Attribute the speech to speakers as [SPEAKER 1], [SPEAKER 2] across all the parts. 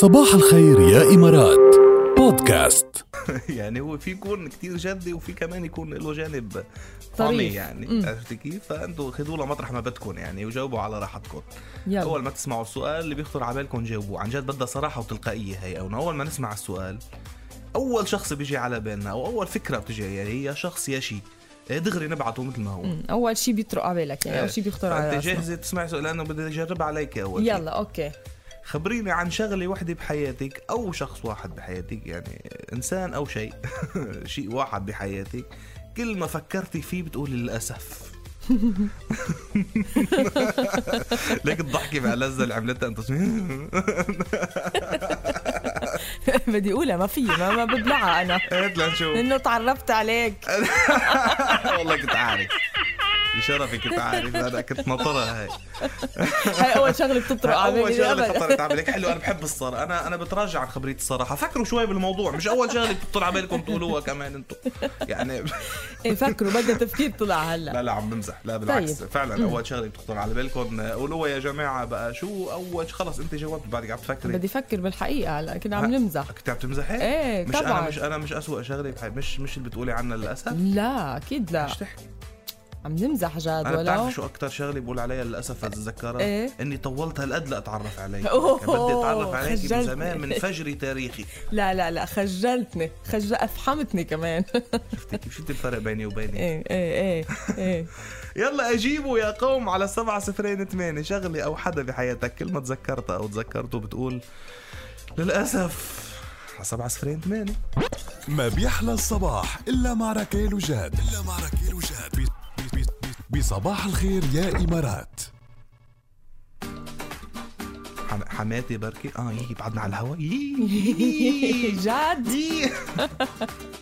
[SPEAKER 1] صباح الخير يا إمارات بودكاست
[SPEAKER 2] يعني هو في كورن كتير جدي وفي كمان يكون له جانب فاني
[SPEAKER 3] طريف.
[SPEAKER 2] يعني
[SPEAKER 3] مم.
[SPEAKER 2] عرفت كيف فانتوا خدوه لمطرح ما بدكم يعني وجاوبوا على راحتكم
[SPEAKER 3] يلا
[SPEAKER 2] اول ما تسمعوا السؤال اللي بيخطر على بالكم جاوبوه عن جد بدها صراحه وتلقائيه هي او اول ما نسمع السؤال اول شخص بيجي على بالنا او اول فكره بتجي يعني هي شخص يا شيء دغري نبعته مثل ما هو
[SPEAKER 3] أمم، اول شيء بيطرق على بالك يعني
[SPEAKER 2] إيه.
[SPEAKER 3] اول شيء بيخطر على
[SPEAKER 2] انت
[SPEAKER 3] راسك
[SPEAKER 2] جاهزه تسمعي سؤال لانه بدي اجربها عليك اول شي.
[SPEAKER 3] يلا اوكي
[SPEAKER 2] خبريني عن شغله وحده بحياتك او شخص واحد بحياتك يعني انسان او شيء شيء واحد بحياتك كل ما فكرتي فيه بتقولي للاسف ليك الضحكه مع لزه اللي عملتها انت
[SPEAKER 3] بدي اقولها ما في ما, ما ببلعها انا
[SPEAKER 2] هات لنشوف
[SPEAKER 3] لانه تعرفت عليك
[SPEAKER 2] والله كنت عارف بشرفي كنت عارف انا كنت ناطرها هاي
[SPEAKER 3] هاي اول شغله بتطرق على
[SPEAKER 2] اول
[SPEAKER 3] بالي
[SPEAKER 2] شغله
[SPEAKER 3] أبداً.
[SPEAKER 2] خطرت على بالك حلو انا بحب الصراحه انا انا بتراجع عن خبريتي الصراحه فكروا شوي بالموضوع مش اول شغله بتطلع على بالكم تقولوها كمان انتم يعني
[SPEAKER 3] إيه، فكروا بدها تفكير طلع هلا
[SPEAKER 2] لا لا عم بمزح لا بالعكس
[SPEAKER 3] طيب.
[SPEAKER 2] فعلا اول شغله بتخطر على بالكم قولوا يا جماعه بقى شو اول شي- خلص انت جاوبت بعدك عم تفكري
[SPEAKER 3] بدي افكر بالحقيقه هلا كنا عم نمزح
[SPEAKER 2] كنت عم تمزحي؟
[SPEAKER 3] إيه،
[SPEAKER 2] مش انا
[SPEAKER 3] طبعاً.
[SPEAKER 2] مش انا مش اسوء شغله بحي... مش مش اللي بتقولي عنها للاسف
[SPEAKER 3] لا اكيد لا
[SPEAKER 2] مش تحكي
[SPEAKER 3] عم نمزح جاد
[SPEAKER 2] انا
[SPEAKER 3] ولو
[SPEAKER 2] بتعرف شو اكثر شغله بقول عليها للاسف اتذكرها
[SPEAKER 3] إيه؟
[SPEAKER 2] اني طولت هالقد لاتعرف عليك
[SPEAKER 3] أوه،
[SPEAKER 2] كان بدي اتعرف عليك من
[SPEAKER 3] خجلتني.
[SPEAKER 2] زمان من فجري تاريخي
[SPEAKER 3] لا لا لا خجلتني خجل افحمتني كمان
[SPEAKER 2] شفتي كيف شو الفرق بيني وبينك
[SPEAKER 3] ايه ايه ايه ايه
[SPEAKER 2] يلا اجيبوا يا قوم على سبعة صفرين ثمانية شغلة أو حدا بحياتك كل ما تذكرتها أو تذكرته بتقول للأسف على سبعة صفرين ثمانية
[SPEAKER 1] ما بيحلى الصباح إلا مع ركيل وجاد إلا مع ركيل وجاد بي- بي- بي- بصباح الخير يا إمارات
[SPEAKER 2] حم- حماتي بركي آه يي بعدنا على الهوا يي
[SPEAKER 3] جد
[SPEAKER 2] يي.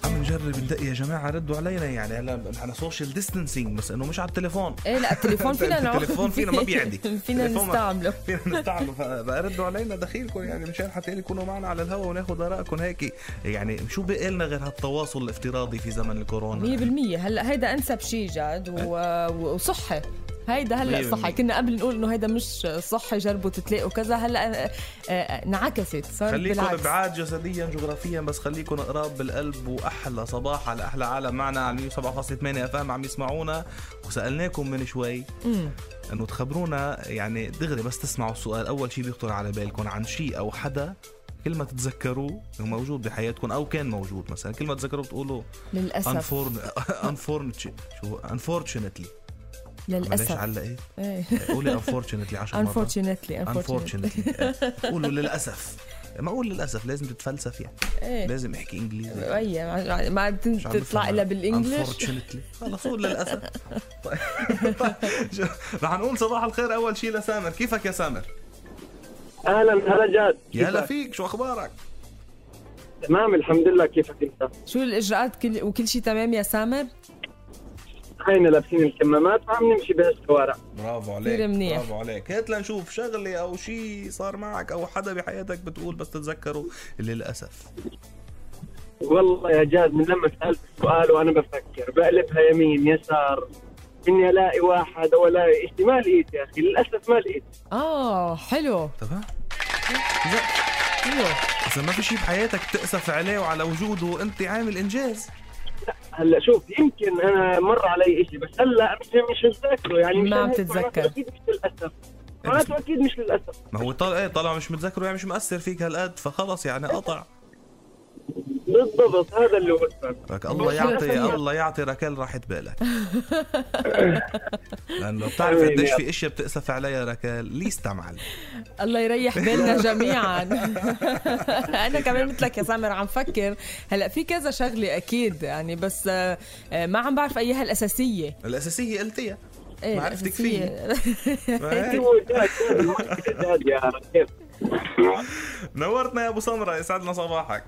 [SPEAKER 2] عم نجرب ندق يا جماعة ردوا علينا يعني هلا على سوشيال ديستانسينج بس إنه مش على التليفون
[SPEAKER 3] ايه لا التليفون فينا نعود
[SPEAKER 2] التليفون فينا ما بيعدي
[SPEAKER 3] فينا
[SPEAKER 2] التليفون ما-
[SPEAKER 3] نستعمله
[SPEAKER 2] فينا نستعمله فبقى ردوا علينا دخيلكم يعني مشان حتى يكونوا معنا على الهوا وناخذ ارائكم هيك يعني شو بقى لنا غير هالتواصل الافتراضي في زمن الكورونا
[SPEAKER 3] 100% هلا هيدا انسب شيء جد و... و- وصحي هيدا
[SPEAKER 2] مية
[SPEAKER 3] هلا صحي
[SPEAKER 2] بالمية.
[SPEAKER 3] كنا قبل نقول انه هيدا مش صحي جربوا تتلاقوا كذا هلا آه، آه، انعكست صار
[SPEAKER 2] خليكم
[SPEAKER 3] بالعكس
[SPEAKER 2] ابعاد جسديا جغرافيا بس خليكم قراب بالقلب واحلى صباح على احلى عالم معنا على 107.8 اف ام عم يسمعونا وسالناكم من شوي
[SPEAKER 3] مم.
[SPEAKER 2] انه تخبرونا يعني دغري بس تسمعوا السؤال اول شيء بيخطر على بالكم عن شيء او حدا كل ما تتذكروه موجود بحياتكم او كان موجود مثلا كل ما تتذكروه بتقولوا
[SPEAKER 3] للاسف
[SPEAKER 2] انفورن انفورنتشي شو انفورشنتلي معلش
[SPEAKER 3] للاسف
[SPEAKER 2] علق ايه
[SPEAKER 3] إيه.
[SPEAKER 2] قولي انفورشنتلي 10 مرات
[SPEAKER 3] unfortunately unfortunately
[SPEAKER 2] انفورشنتلي قولوا للاسف ما اقول للاسف لازم تتفلسف يعني
[SPEAKER 3] ايه
[SPEAKER 2] لازم احكي انجليزي
[SPEAKER 3] أي، ما- ما
[SPEAKER 2] مش عم
[SPEAKER 3] تطلع
[SPEAKER 2] بفهم.
[SPEAKER 3] الا بالانجلش
[SPEAKER 2] Unfortunately. خلص قول للاسف طيب. رح نقول صباح الخير اول شيء لسامر كيفك يا سامر
[SPEAKER 4] اهلا هلا جاد
[SPEAKER 2] يا هلا
[SPEAKER 4] كيفك؟
[SPEAKER 2] فيك شو اخبارك
[SPEAKER 4] تمام الحمد لله كيفك انت؟
[SPEAKER 3] شو الاجراءات كل... وكل شيء تمام يا سامر
[SPEAKER 4] خلينا لابسين الكمامات وعم نمشي بهالشوارع
[SPEAKER 2] برافو
[SPEAKER 3] كتير منيح.
[SPEAKER 2] برافو عليك هات لنشوف شغله او شيء صار معك او حدا بحياتك بتقول بس تتذكره للاسف
[SPEAKER 4] والله يا جاد من لما سالت السؤال وانا بفكر بقلبها يمين يسار اني الاقي واحد او الاقي شيء ما لقيت يا اخي للاسف ما لقيت
[SPEAKER 3] اه حلو
[SPEAKER 2] تمام
[SPEAKER 3] حلو
[SPEAKER 2] اذا ما في شيء بحياتك تاسف عليه وعلى وجوده وانت عامل انجاز
[SPEAKER 4] هلا شوف يمكن انا مر علي شيء بس هلا مش مش متذكره يعني مش
[SPEAKER 3] ما عم
[SPEAKER 4] هيك،
[SPEAKER 3] تتذكر.
[SPEAKER 4] معناته اكيد مش للاسف معناته اكيد مش للاسف
[SPEAKER 2] ما هو طلع ايه طلع مش متذكره يعني مش مؤثر فيك هالقد فخلص يعني قطع
[SPEAKER 4] بالضبط هذا اللي هو السبب.
[SPEAKER 2] لك الله يعطي الله يعطي راكل راحة بالك لانه بتعرف
[SPEAKER 4] حبيبي
[SPEAKER 2] قديش
[SPEAKER 4] يا
[SPEAKER 2] في اشياء بتأسف عليها راكل ليست معلم
[SPEAKER 3] الله يريح بالنا جميعا انا كمان مثلك يا سامر عم فكر هلا في كذا شغله اكيد يعني بس آه، آه، ما عم بعرف اياها الاساسيه
[SPEAKER 2] الاساسية قلتيها إيه؟
[SPEAKER 3] إيه،
[SPEAKER 2] ما عرفتك
[SPEAKER 3] الأساسية.
[SPEAKER 2] ما هيك.
[SPEAKER 4] هو جاد جاد المشكلة جاد يا رجال.
[SPEAKER 2] نورتنا يا ابو سمرة يسعدنا صباحك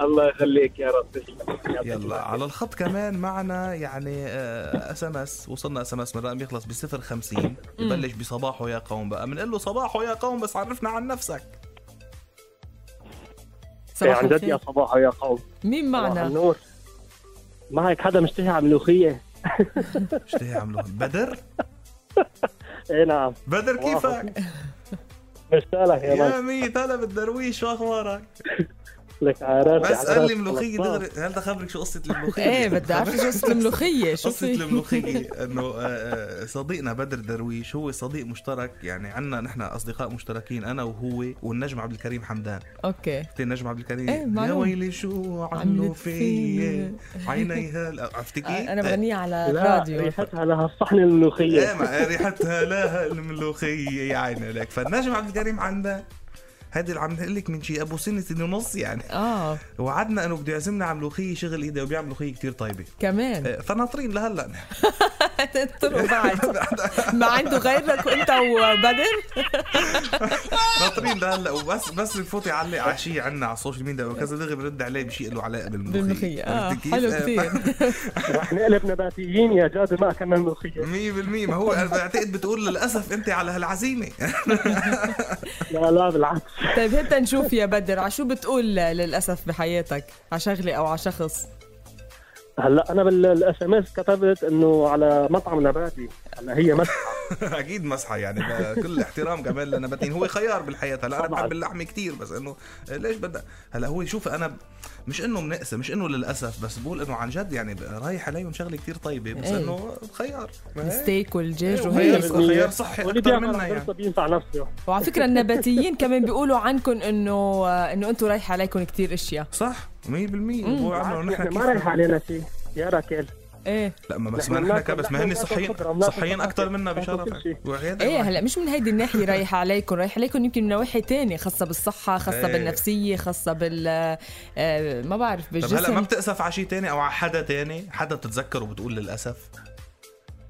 [SPEAKER 4] الله يخليك يا رب تسلم يعطيك
[SPEAKER 2] يلا
[SPEAKER 4] العافية.
[SPEAKER 2] على الخط كمان معنا يعني اس ام اس وصلنا اس ام اس من رقم يخلص ب 050 يبلش بصباحه يا قوم بقى بنقول له صباحه يا قوم بس عرفنا عن نفسك
[SPEAKER 3] صباح
[SPEAKER 4] إيه، عن جد يا
[SPEAKER 3] الخير
[SPEAKER 4] صباحو يا قوم
[SPEAKER 3] مين
[SPEAKER 4] صباح
[SPEAKER 3] معنا
[SPEAKER 4] النور معك حدا مشتهي على الملوخية
[SPEAKER 2] اشتهي عملوها بدر
[SPEAKER 4] اي نعم
[SPEAKER 2] بدر
[SPEAKER 4] واو.
[SPEAKER 2] كيفك
[SPEAKER 4] مسالك يا
[SPEAKER 2] يا
[SPEAKER 4] راجل
[SPEAKER 2] ميت هلا بالدرويش شو اخبارك؟
[SPEAKER 4] لك على راسي
[SPEAKER 2] بس
[SPEAKER 4] على
[SPEAKER 2] قال لي
[SPEAKER 4] راسي.
[SPEAKER 2] ملوخيه
[SPEAKER 4] خلاص.
[SPEAKER 2] دغري هل اخبرك شو قصه الملوخيه؟
[SPEAKER 3] ايه بدي اعرف شو قصه الملوخيه شو
[SPEAKER 2] قصة
[SPEAKER 3] في؟
[SPEAKER 2] الملوخية انه آه، آه، صديقنا بدر درويش هو صديق مشترك يعني عنا نحن اصدقاء مشتركين انا وهو والنجم عبد الكريم حمدان،
[SPEAKER 3] اوكي
[SPEAKER 2] عرفتي النجم عبد الكريم؟
[SPEAKER 3] إيه،
[SPEAKER 2] يا
[SPEAKER 3] معلوم.
[SPEAKER 2] ويلي شو عملوا
[SPEAKER 3] عملت
[SPEAKER 2] في
[SPEAKER 3] فيا. آه،
[SPEAKER 2] عينيها ال- عرفتي؟ آه،
[SPEAKER 3] انا بغنيها على
[SPEAKER 4] لا
[SPEAKER 3] الراديو
[SPEAKER 2] إيه.
[SPEAKER 4] ريحتها لها الصحن الملوخيه
[SPEAKER 2] ايه ما ريحتها لها الملوخية يا عيني لك، فالنجم عبد الكريم عندنا هذا اللي عم نقول لك من شي ابو سنة سنة ونص يعني
[SPEAKER 3] اه
[SPEAKER 2] وعدنا انه بده يعزمنا على ملوخية شغل ايده وبيعمل ملوخية كتير طيبة
[SPEAKER 3] كمان
[SPEAKER 2] إيه، فناطرين لهلا
[SPEAKER 3] انطروا بعد ما عنده غيرك وانت وبدر
[SPEAKER 2] ناطرين ده هلا وبس بس بفوت يعلق على شيء عندنا على السوشيال ميديا وكذا دغري برد عليه بشيء له علاقه بالملوخيه
[SPEAKER 3] بالملوخيه اه
[SPEAKER 2] عرفت كيف؟
[SPEAKER 3] حلو
[SPEAKER 2] آه،
[SPEAKER 3] كثير
[SPEAKER 4] رح نقلب نباتيين يا جاد ما اكلنا الملوخيه
[SPEAKER 2] 100% ما هو أنا بعتقد بتقول للاسف انت على هالعزيمه
[SPEAKER 4] لا لا بالعكس
[SPEAKER 3] طيب هيك نشوف يا بدر على شو بتقول للاسف بحياتك على شغله او على شخص
[SPEAKER 4] هلا انا بالاس ام اس كتبت انه على مطعم نباتي هلا هي مسحه
[SPEAKER 2] اكيد مسحه يعني ب- كل احترام كمان لنباتين هو خيار بالحياه هلا انا
[SPEAKER 4] طبعاً.
[SPEAKER 2] بحب اللحمه كثير بس انه ليش بدك هلا هو شوف انا ب- مش انه منقسم مش انه للاسف بس بقول انه عن جد يعني ب- رايح عليهم شغله كثير طيبه بس
[SPEAKER 3] إيه.
[SPEAKER 2] انه خيار ما هي.
[SPEAKER 3] الستيك والدجاج
[SPEAKER 2] إيه،
[SPEAKER 3] وهيك
[SPEAKER 2] وهي خيار صحي
[SPEAKER 4] واللي
[SPEAKER 2] اكثر
[SPEAKER 4] بيعمل
[SPEAKER 2] منا يعني
[SPEAKER 4] الخلطه بينفع نفسه
[SPEAKER 3] وعلى فكره النباتيين كمان بيقولوا عنكم انه انه انتم رايح عليكم كثير اشياء
[SPEAKER 2] صح 100% هو عملوا نحن
[SPEAKER 4] نحن
[SPEAKER 2] كيف
[SPEAKER 4] ما رايح علينا شيء يا راكيل
[SPEAKER 3] ايه
[SPEAKER 2] لا ما بس
[SPEAKER 4] نحن
[SPEAKER 2] ما نحن
[SPEAKER 4] بناكل
[SPEAKER 2] كبس ما
[SPEAKER 4] لحم
[SPEAKER 2] هن
[SPEAKER 4] وبناكل
[SPEAKER 2] صحيين
[SPEAKER 4] خضرة وبناكل
[SPEAKER 2] صحيين
[SPEAKER 4] فواكه.
[SPEAKER 2] اكثر منا
[SPEAKER 4] بناكل كل
[SPEAKER 2] بشرفك
[SPEAKER 4] شيء.
[SPEAKER 2] وعيادة
[SPEAKER 3] ايه
[SPEAKER 2] واحد.
[SPEAKER 3] هلا مش من هيدي الناحيه رايح عليكم رايح عليكم يمكن من نواحي تانية خاصه بالصحه خاصه
[SPEAKER 2] إيه.
[SPEAKER 3] بالنفسيه خاصه بال آه، ما بعرف
[SPEAKER 2] طب هلا ما
[SPEAKER 3] بالجسم
[SPEAKER 2] بتأسف على شيء تاني او على حدا تاني حدا بتتذكره وبتقول للاسف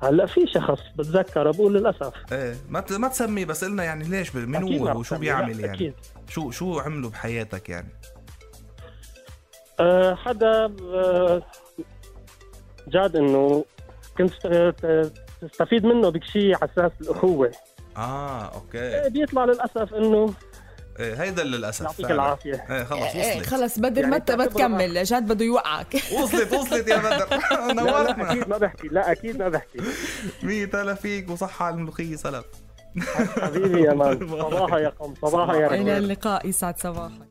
[SPEAKER 4] هلا في شخص بتذكره بقول للاسف
[SPEAKER 2] ايه ما بت- ما تسميه بس قلنا يعني ليش ب- مين
[SPEAKER 4] أكيد ما
[SPEAKER 2] هو وشو
[SPEAKER 4] بسميه.
[SPEAKER 2] بيعمل
[SPEAKER 4] لا،
[SPEAKER 2] يعني
[SPEAKER 4] أكيد.
[SPEAKER 2] شو شو عملوا بحياتك يعني
[SPEAKER 4] أه حدا أه جاد انه كنت ت- تستفيد منه بكشي على اساس الاخوه
[SPEAKER 2] اه
[SPEAKER 4] إيه،
[SPEAKER 2] اوكي
[SPEAKER 4] بيطلع للاسف انه
[SPEAKER 2] إيه هيدا للاسف
[SPEAKER 4] يعطيك
[SPEAKER 2] فعلاً.
[SPEAKER 4] العافيه
[SPEAKER 2] ايه خلص
[SPEAKER 3] إيه،
[SPEAKER 2] وصلت
[SPEAKER 3] خلص بدر
[SPEAKER 4] يعني
[SPEAKER 3] ما ت- ما
[SPEAKER 4] تعتبر-
[SPEAKER 3] تكمل جاد بده يوقعك
[SPEAKER 2] وصلت وصلت يا بدر
[SPEAKER 4] لا, لا
[SPEAKER 2] نورتنا
[SPEAKER 4] اكيد ما بحكي لا اكيد ما بحكي
[SPEAKER 2] ميت هلا فيك وصحة على الملوخية سلام
[SPEAKER 4] حبيبي يا مان صباحا يا قم صباحا يا رجل
[SPEAKER 3] الى اللقاء يسعد صباحك